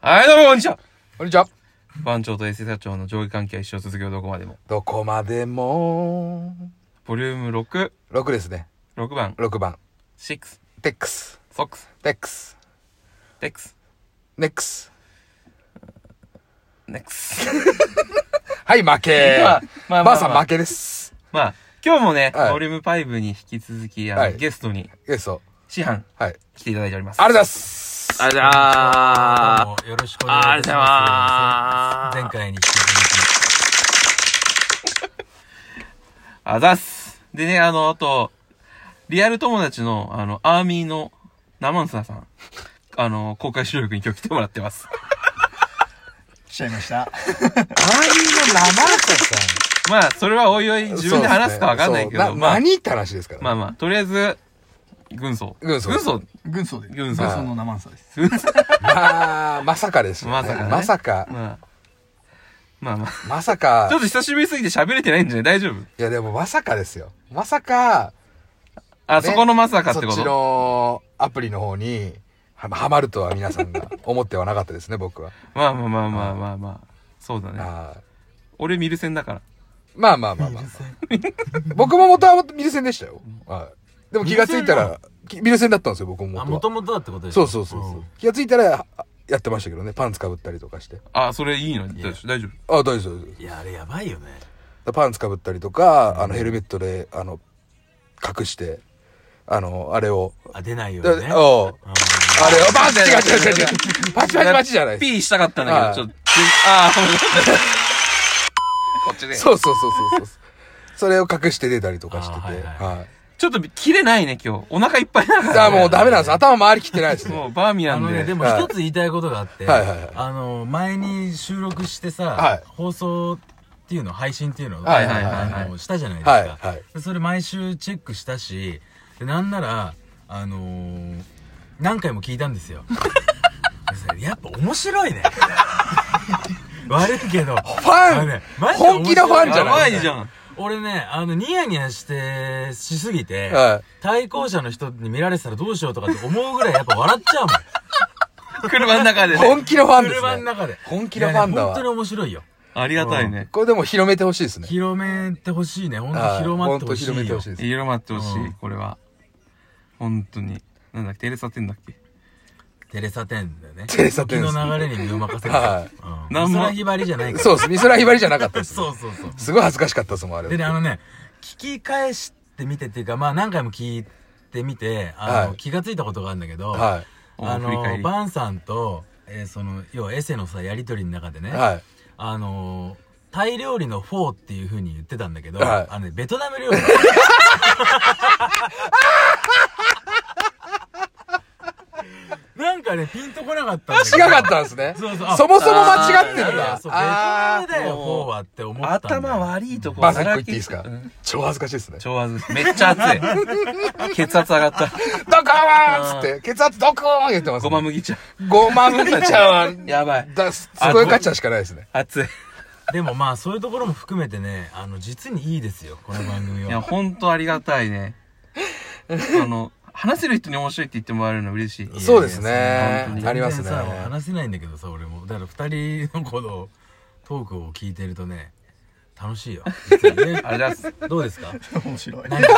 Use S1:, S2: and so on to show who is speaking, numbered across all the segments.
S1: はい、どうも、こんにちは。
S2: こんにちは。
S1: 番長と衛生社長の上下関係は一生続けようどこまでも。
S2: どこまでも。
S1: ボリューム6、
S2: 6ですね。
S1: 6番、
S2: 6番。
S1: 6、
S2: テックス、
S1: ソックス、
S2: テックス、
S1: テックス、
S2: ネックス。
S1: ネックス。
S2: はい、負け。
S1: まあまあまあ
S2: ばあさん負けです。
S1: まあ、今日もね、
S2: はい
S1: ボリューム5に引き続き、あの
S2: はい
S1: ゲストに、
S2: ゲスト。
S1: 師範、
S2: はい。
S1: 来ていただいております。
S2: ありがとうございます。
S3: ありがとうございます。
S4: よろしくお
S3: あ
S4: 願いい
S3: りが
S4: たし
S3: とうござ
S4: ま。
S3: いますす
S4: 前回に引き
S1: あざっす。でね、あの、あと、リアル友達の、あの、アーミーの、生ンサーさん。あの、公開収録に今日来てもらってます。
S4: 続き。来ちゃいました。
S2: 周りのラマーサさ
S1: まあ、それはおいおい
S2: ん。
S1: 自分で話すかわかんないけ
S2: そう
S1: ど、
S2: ですねそう
S1: ま
S2: な
S1: あ、
S2: 何って話ですからね。
S1: まあまあ、とりあえず、軍曹。
S2: 軍曹
S1: 軍曹。
S4: 軍曹で。
S1: 軍曹
S4: 軍曹の生さです。
S2: まあ、まさかですよね。
S1: まさかね
S2: まさか。
S1: まあ、まあまあ。
S2: まさか
S1: ちょっ。と久しぶりすぎて喋れてないんじゃない大丈夫
S2: いや、でもまさかですよ。まさか、
S1: あ、
S2: ね
S1: そこのまさかって
S2: そ
S1: こ
S2: っち
S1: と
S2: のアプリの方に、ははまるとは皆さんが思ってはなかったですね、僕は。
S1: まあまあまあまあまあまあ。そうだね。
S2: あー
S1: 俺見る線だから。
S2: まあまあまあまあ。僕も元はミルセンでしたよ。はい。でも気がついたら、きミルセンだったんですよ、僕も
S3: あ、
S2: 元
S3: も
S2: は
S3: と。もとだってことです
S2: そうそうそうそう、
S3: ん
S2: 気がついたら、あやってましたけどね、パンツかぶったりとかして。
S1: あ、それいいのに。
S3: や
S1: 大丈夫。
S2: あ、大丈夫です大丈夫です
S3: いや、あれやばいよね。
S2: だパンツかぶったりとか、あの、ヘルメットで、あの、隠して、あの、あれを。
S3: あ、出ないよ
S2: だ
S3: うにね。
S2: おう
S3: うん
S2: あれを、パンツ違う違う違う違う。パチパチパチじゃない
S1: ピーしたかったんだけど、ちょっと。ああ、こっちね。
S2: そうそうそうそうそう。 それを隠して出たりとかしてて。
S3: あ
S2: は
S3: ー
S2: い、
S3: はいは
S1: ちょっと切れないね、今日。お腹いっぱいだか
S2: だ
S1: ら。
S2: からもうダメなんです。頭回りきってないですね。
S1: もうバーミヤ
S3: あ
S1: ン
S3: のね、
S1: で
S3: で。も
S2: はい
S3: 一つ言いたいことがあって、
S2: はいはいはい
S3: あの、前に収録してさ、
S2: はい
S3: 放送っていうの、配信っていうの、
S2: はいはいはい
S1: はい
S3: あのしたじゃないですか、
S2: はい、はい。
S3: でそれ毎週チェックしたし、でなんなら、あのー何回も聞いたんですよ。 でさやっぱ面白いね。 悪いけど。フ
S2: ファン、本気のファンじゃ
S1: や
S2: な
S1: ば
S2: い
S1: いじゃん。
S3: 俺ね、あの、ニヤニヤして、しすぎて、
S2: は
S3: 対向車の人に見られてたらどうしようとかって思うぐらいやっぱ笑っちゃう
S1: 車の中でね。
S2: 本気のファンです
S3: 車の
S2: ね。
S3: 中で。
S2: 本気のファンだわ
S3: いやね本当に面白いよ。
S1: ありがたいね。
S2: これでも広めてほしいですね。
S3: 広めてほしいね。本当
S2: はい
S3: 広まってほしいよ。
S2: 本当広めてほしいです。
S1: 色待ってほし
S3: う
S1: い
S3: ん、
S1: これは。本当に。なんだっけ、テレサテンだっけ。
S3: テレサテンだよね。
S2: テレサテン
S3: 時の流れに身を任せる。
S2: は
S3: うん。
S1: なんも
S3: 美空ひばりじゃないから。
S2: そうです。美空ひばりじゃなかったです。
S3: そうそうそう。
S2: すごい恥ずかしかったですもん、あれ。
S3: でね、あのね、聞き返してみてっていうか、まあ何回も聞いてみて、あの、
S2: はい
S3: 気がついたことがあるんだけど、
S2: は
S3: あ
S1: 振り返
S3: の
S1: り、
S3: バンさんと、えーその、要はエセのさ、やりとりの中でね、
S2: い。はい。
S3: あの、タイ料理のフォーっていう風に言ってたんだけど、
S2: はい
S3: あのね、ベトナム料理。なんかね、ピンとこなかったんだけど。
S2: 違かったんですね。
S3: そうそうあ
S2: そもそも間違って
S3: い
S2: ん
S3: や
S2: だ
S3: そう。ベトナ
S2: あ
S3: ムだよ、フォーはって思ったんだよ。
S1: 頭悪いと
S2: ー。
S1: こ
S2: バーさん一個言っていいですか
S1: うん
S2: 超恥ずかしいですね。
S1: 超熱い。めっちゃ熱い。血圧上がった。
S2: ドコーンっつって、血圧ドコーン言ってますね。
S1: ごま麦茶。
S2: ごまむぎちゃんは、
S1: やばい。
S2: だすすごいガチャしかないですね。
S1: 熱い。
S3: でもまあそういうところも含めてね、あの、実にいいですよ、この番組
S1: いや、
S3: は。
S1: ほんとありがたいね。あの、話せる人に面白いって言ってもらえるの嬉しい。
S2: そうですね
S1: 本当。に
S2: ありますね
S3: 全。然さ話せないんだけどさ、俺も。だから二人のこのトークを聞いてるとね、楽しい よ。実にね
S1: ありがとうございます。
S3: どうですか
S4: 面白い。
S3: 何か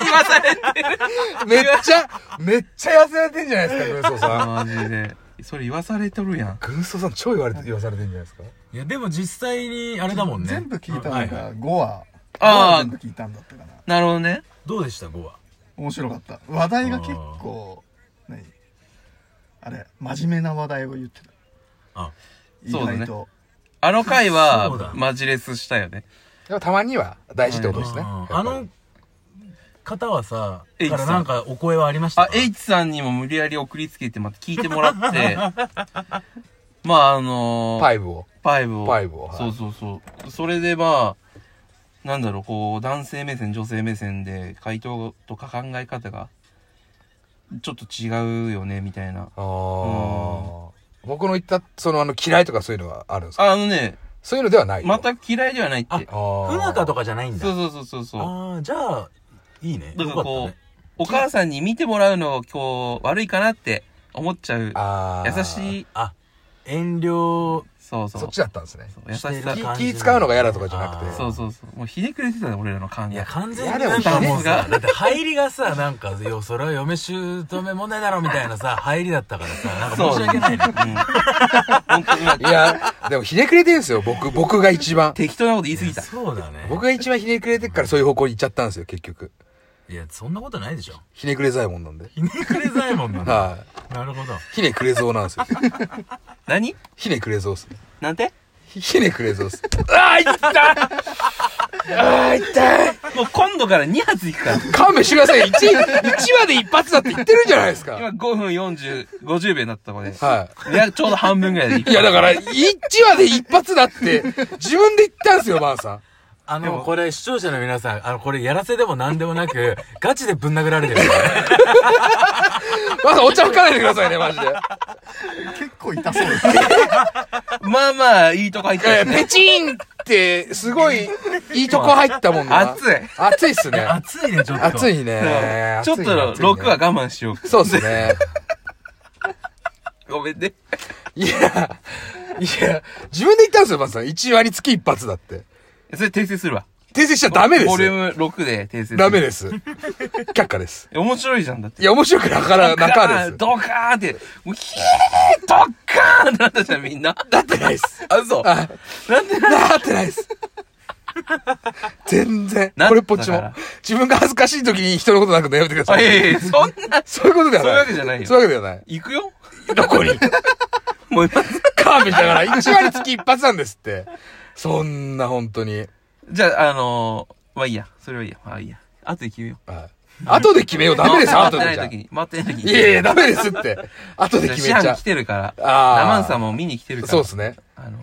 S1: 今されてる。
S2: めっちゃ、めっちゃ痩せられてんじゃないですか、軍曹さん。
S1: マジで。それ言わされとるやん。
S2: 軍曹さん超言われて、言わされてんじゃないですか。
S3: いや、でも実際にあれだもんね。
S4: 全部聞いた
S3: はい
S4: の
S3: はい
S4: が5話。
S1: あー
S4: 全部聞いたんだったかな。
S1: なるほどね。
S3: どうでした、5話。
S4: 面白かった。話題が結構、何あれ、真面目な話題を言ってた。
S3: あ、
S4: 意
S1: そうだね
S4: 外と。
S1: あの回
S3: そうだ
S1: は、マジレスしたよね。
S2: でもたまには大事ってことですね。
S3: あー
S2: や
S3: あ
S2: っぱり
S3: の方はさ、
S1: H
S3: からなんかお声はありました
S1: あ
S3: か、
S1: H さんにも無理やり送りつけて、また聞いてもら って、まあ、あのー
S2: パイブを。
S1: パイブを。
S2: パイブをはい
S1: そうそうそう。それでまあ、なんだろう、こう、男性目線、女性目線で、回答とか考え方が、ちょっと違うよね、みたいな。
S2: あー僕の言った、その、あの、嫌いとかそういうのはあるんですか
S1: あのね、
S2: そういうのではない。
S1: 全く嫌いではないって。
S3: 不
S2: 不
S3: 仲と
S2: か。
S3: かじゃないんだ。
S1: そうそうそうそうそう。
S3: ああ、じゃあ、いいね。
S1: だ
S3: よ
S1: か
S3: からった
S1: こう
S3: ね。、
S1: お母さんに見てもらうのを今日悪いかなって思っちゃう、
S2: あー
S1: 優しい
S3: あ、遠慮
S1: そうそう
S2: そっちだったんですね。
S1: そう優しさ
S3: してる
S1: か
S3: 感
S2: 気
S3: じ
S2: 気使うのが嫌だとかじゃなく
S3: あ
S2: て。
S3: ー
S1: そうそうそうもうひねくれてたね俺らの感
S3: い
S1: じ
S3: や完全
S2: い
S3: に
S2: やでも
S3: なんかもうさ
S1: ひ
S3: だって入りがさなんかよそれは嫁姑問題だろみたいなさ入りだったからさなんか申し訳ないね
S1: 本当に今
S2: いや、でもひねくれてるんですよ、僕、僕が一番。
S1: 適当なこと言い過ぎた
S3: そうだね
S2: 僕が一番ひねくれてっからそういう方向に行っちゃったんですよ、結局。
S3: いやそんなことないでしょ
S2: ひねくれざいもんなんで。
S3: ひねくれざえもん なんだ
S2: は
S3: なるほど
S2: い。ひねくれぞうなんですよ。
S1: 何
S2: ひねくれぞうっす。
S1: なんて
S2: ひひねくれぞうっす。ああ、いったああ、いった
S1: もう今度から2発いく から
S2: 勘弁してくださいよ。1、1まで一発だって言ってるじゃないです
S1: 今
S2: か。
S1: 5分40、50秒になったとこで。
S2: はい
S1: や、ちょうど半分ぐらいでい
S2: い。いや、だから、1話で一発だって、自分で言ったんですよ、マンさん。
S3: あのこれ視聴者の皆さんあのこれやらせでも何でもなくガチでぶん殴られてるからね
S2: マンさん、お茶吹かないでくださいね、マジで。
S4: 結構痛そうです。
S1: まあまあ、いいとこ入って
S2: え
S1: る
S2: ー、ペチーンって、すごい、いいとこ入ったもんな。
S1: 熱い。
S2: 熱いっすね。
S3: 熱いねちょっと
S2: 熱いね。
S1: ちょっと
S2: 熱いね熱いね
S1: 6は我慢しよう。
S2: そうっすね。
S1: ごめんね。
S2: いや、いや、自分で言ったんですよ、マンさん。1話につき一発だって。
S1: それ訂正するわ。
S2: 訂正しちゃダメで
S1: ボ
S2: す
S1: リュ
S2: よ。
S1: ーム6で訂正する。
S2: ダメです。却下です。
S1: え。面白いじゃん、だって。
S2: いや、面白くなから、なか です。
S1: ドカーンって、もうヒードカーンってなったじゃん、みんな。
S2: なってないです。
S1: あ、そう。
S2: あ、
S1: なんで
S2: なってないです。全然。
S1: な
S2: これっぽっち
S1: だか
S2: も
S1: ら。
S2: 自分が恥ずかしい時に人のことなく悩んでくだ
S1: あ、
S2: さ
S1: い
S2: い。
S1: やいやいやそんな、
S2: そういうことではな
S1: そうい
S2: い。
S1: うわけじゃないよ
S2: そういうわけではない。
S1: 行くよ
S2: どこに
S1: もう今、
S2: カービィだから、1割月一発なんですって。そんな、本当に。
S1: じゃあ、あのー、まあいいや。それはいいや。まあいいや。後で決めよ
S2: はい後で決めよう。
S1: う。
S2: ダメです、
S1: 待
S2: 後
S1: ってな
S2: で
S1: い
S2: じゃん。
S1: 時
S2: い
S1: に。待ってない時に。
S2: やいや、ダメですって。後で
S1: じゃあ
S2: 決
S1: 師
S2: めち
S1: 範
S2: ゃ
S1: 来てるから、
S2: あー
S1: ラマンさんも見に来てる
S2: う。
S1: から。
S2: そうですね。
S1: あの、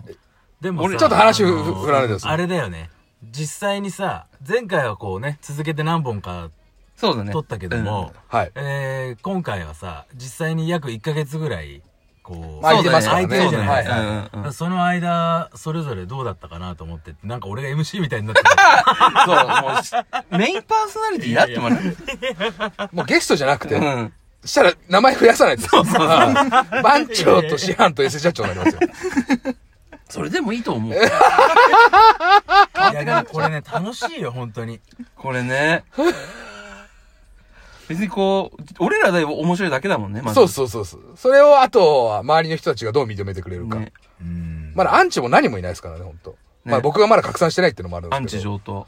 S3: でも
S1: 俺
S3: さ
S1: ちょっ
S2: と話
S3: あの
S2: ふ振られてます
S3: あれだよね実際にさ前回はこうね続けて何本か
S1: そうだね。
S3: 撮ったけども、
S2: はい。
S3: えー、今回はさ実際に約1ヶ月ぐらいこう
S2: ま
S1: そ
S2: あ空
S1: う
S2: い
S1: だね
S2: てますから
S1: 空
S2: ね
S1: いてるじゃない
S2: はいはい
S1: うんうんうん
S3: その間それぞれどうだったかなと思ってなんか俺が MC みたいになって
S1: そう、もう、メインパーソナリティになってもらう。
S2: もうゲストじゃなくて
S1: う、ん。
S2: したら名前増やさないと。はい番長と師範と S 社長になり ますよ。
S1: それでもいいと思う。
S3: たいやでもこれね楽しいよ本当に
S1: これね。別にこう、俺らだいぶ面白いだけだもんね、まず
S2: そうそうそうそう。それを、あとは、周りの人たちがどう認めてくれるか。
S1: ね
S3: うん
S2: まだアンチも何もいないですからね、本当まあ僕がまだ拡散してないっていうのもあるんで
S1: ア
S2: す
S1: ン
S2: けど。
S1: チ上等。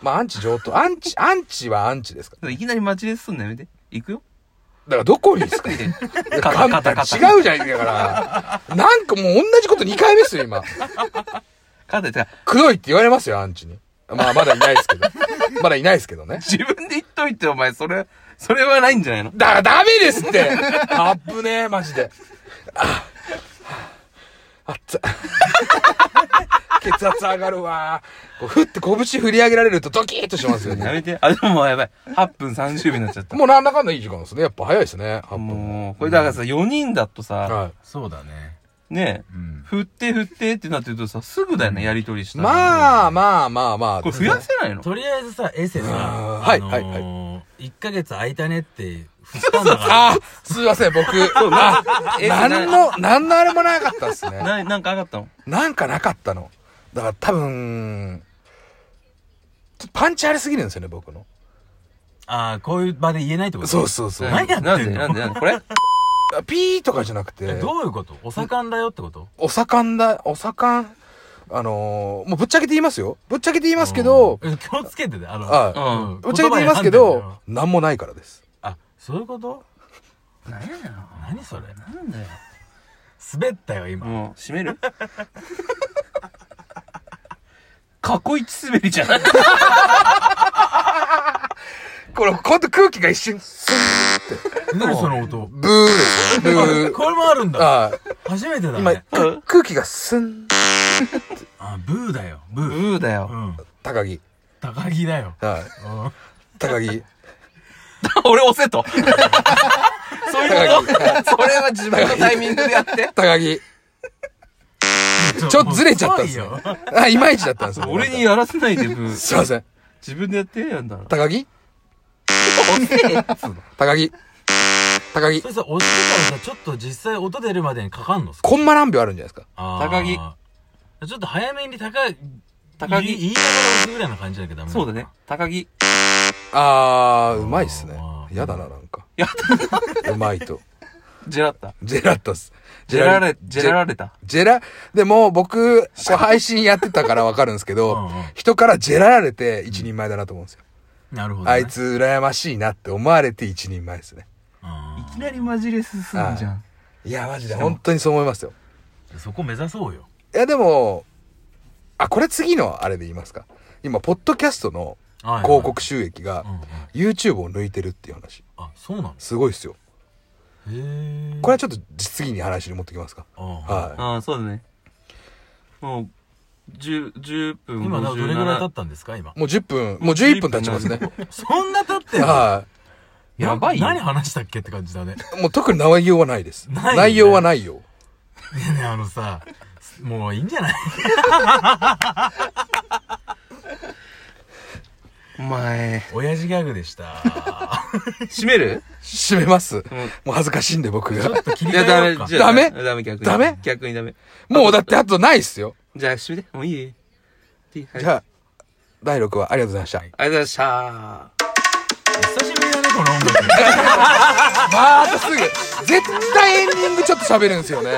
S2: まあアンチ上等。アンチ、アンチはアンチですから。
S1: いきなり待ちですんのやめて。行くよ。
S2: だからどこにですか
S1: で
S2: カ
S1: 肩、
S2: ン
S1: 肩、
S2: タ
S1: 肩。
S2: 違うじゃないですか。なんかもう同じこと2回目ですよ、今。
S1: 肩って、
S2: くどいって言われますよ、アンチに。まあ、まだいないですけど。まだいないですけどね。
S1: 自分で言っといて、お前、それ、それはないんじゃないの
S2: だからダメですってあっぶねえ、マジで。あ、あっつ。血圧上がるわ。こうふって拳振り上げられるとドキッとしますよ
S1: や
S2: ね。
S1: めて。あ、でももうやばい。8分30秒になっちゃった。
S2: もうなんだかんだいい時間ですね。やっぱ早いですね。8分。
S1: もう、これだからさ、4人だとさ、
S2: はい。
S3: そうだね
S1: ね、
S3: うん
S1: 振って振ってってなってるとさ、すぐだよね、やりとりしたら。
S2: まあまあまあまあ。
S1: これ増やせないの
S3: とりあえずさエセさ、
S2: あーはいはいはい
S3: い1ヶ月空いたねって振ったんだから
S2: あすいません、僕。あ
S1: え
S2: なんの、なんのあれもなかったですね。
S1: な、なんか上がったの
S2: なんかなかったの。だから多分、ちょっとパンチありすぎるんですよね、僕の。
S3: ああこういう場で言えないってこと
S2: そうそうそう。
S3: 何やってんの
S1: なんで、なんで、なんで、こ れ
S2: ピーとかじゃなく
S3: え
S2: て、
S3: どういうことお盛んだよってこと
S2: お盛んだ、お盛ん、あのーもうぶっちゃけて言いますよ。ぶっちゃけて言いますけど、
S3: うん気をつけてねあの
S2: は
S1: う
S2: い
S1: ん。
S2: ぶっちゃけて言いますけど、
S3: 言
S2: なんもないからです。
S3: 葉に判断だよあそういうこと
S1: 何やねんな
S3: 何それ
S1: なんだよ。
S3: 滑ったよ今
S1: もう、閉める 過去一滑りじゃ ない
S2: これ、ほんと空気が一瞬、ス
S3: 何その音
S2: ブーです。ブー。
S3: これもある んだ
S2: はい
S3: 初めてだ
S2: 今、
S3: ね
S2: く空気がスン。
S3: あブーだよブー
S1: ブーだ
S3: う
S1: よ。
S3: ん
S2: 高木。
S3: 高木だよ
S2: はい。
S3: うん
S2: 高木。
S1: 俺押 せと。そういう
S2: 高
S1: こ
S2: 木
S1: と。 それは自分のタイミングでやって。
S2: 高木。ちょっとずれちゃったん
S3: もう
S2: です
S3: す
S2: よ
S3: ごいよ。
S2: あ、いまいちだったんですよ。
S1: 俺にやらせないで、 ブー。
S2: すいません。
S1: 自分でやってやんだろ。
S2: 高木
S1: 押せっつうの
S2: 高木。高木
S3: それさ、押してからさ、ちょっと実際音出るまでにかかんの
S2: コンマ何秒あるんじゃないですか
S1: 高木。
S3: あーちょっと早めに高い、
S1: 高木
S3: 言い言いながら押すぐらいの感じだけどダメな
S1: そ
S3: の
S1: う
S3: か
S1: だね。高木。
S2: あーうまいっすね
S3: あー
S2: 嫌だななんか
S1: や
S2: うまいと
S1: ジェラッタ。
S2: ジェラッタス
S1: ジェラレ、ジェラレタ。
S2: ジェラ、でも僕、こう配信やってたからわかるんですけど、
S3: うんうん
S2: 人からジェラられて一人前だなと思うんですよ。
S3: なるほど、ね。
S2: あいつ羨ましいなって思われて一人前ですね。
S3: あ
S4: いきなりマジレスすんじゃん。
S2: いや、マジで本当にそう思いますよ。
S3: ー。そこ目指そうよ。
S2: いや、でも、あ、これ次のあれで言いますか。今、ポッドキャストの
S3: はいはい
S2: 広告収益が
S3: うんうん。
S2: YouTube を抜いてるっていう話。
S3: あ、そうなんです。
S2: すごいっすよ。
S3: へえ。
S2: これはちょっと次に話に持ってきますか。
S3: あー
S2: は
S1: ああ、そうだね。もう、十、十分。
S3: 今、どれぐらい経ったたんですか今。
S2: い。もう10分、もう11分経ちますね。
S3: そんな経ってんの
S2: は
S1: やばいよ
S3: な何話したっけって感じだね。
S2: い。もう特に内容はないです。
S3: ないよね
S2: 内容はないよ。
S3: ねえねえ、あのさ、もういいんじゃない
S1: お前。
S3: 親父ギャグでした。
S1: 閉める
S2: 閉めます。
S1: ん
S2: もう恥ずかしいんで僕
S3: ちょっ
S2: が。
S3: と切り
S1: い
S3: 替
S1: や、ダ
S3: えよ
S1: メ、
S3: うか。
S1: じゃあ
S2: ダメ
S1: ダメ、逆に。
S2: ダメ
S1: 逆にダメ。
S2: もうだってあとないっすよ。
S1: じゃあ、閉めて。もういいじ
S2: じゃあ、第6話ありがとうございました。
S1: ありがとうございました。
S3: 久しぶりだね、この音楽。
S2: まあ、あとすぐ、絶対エンディングちょっと喋るんですよね。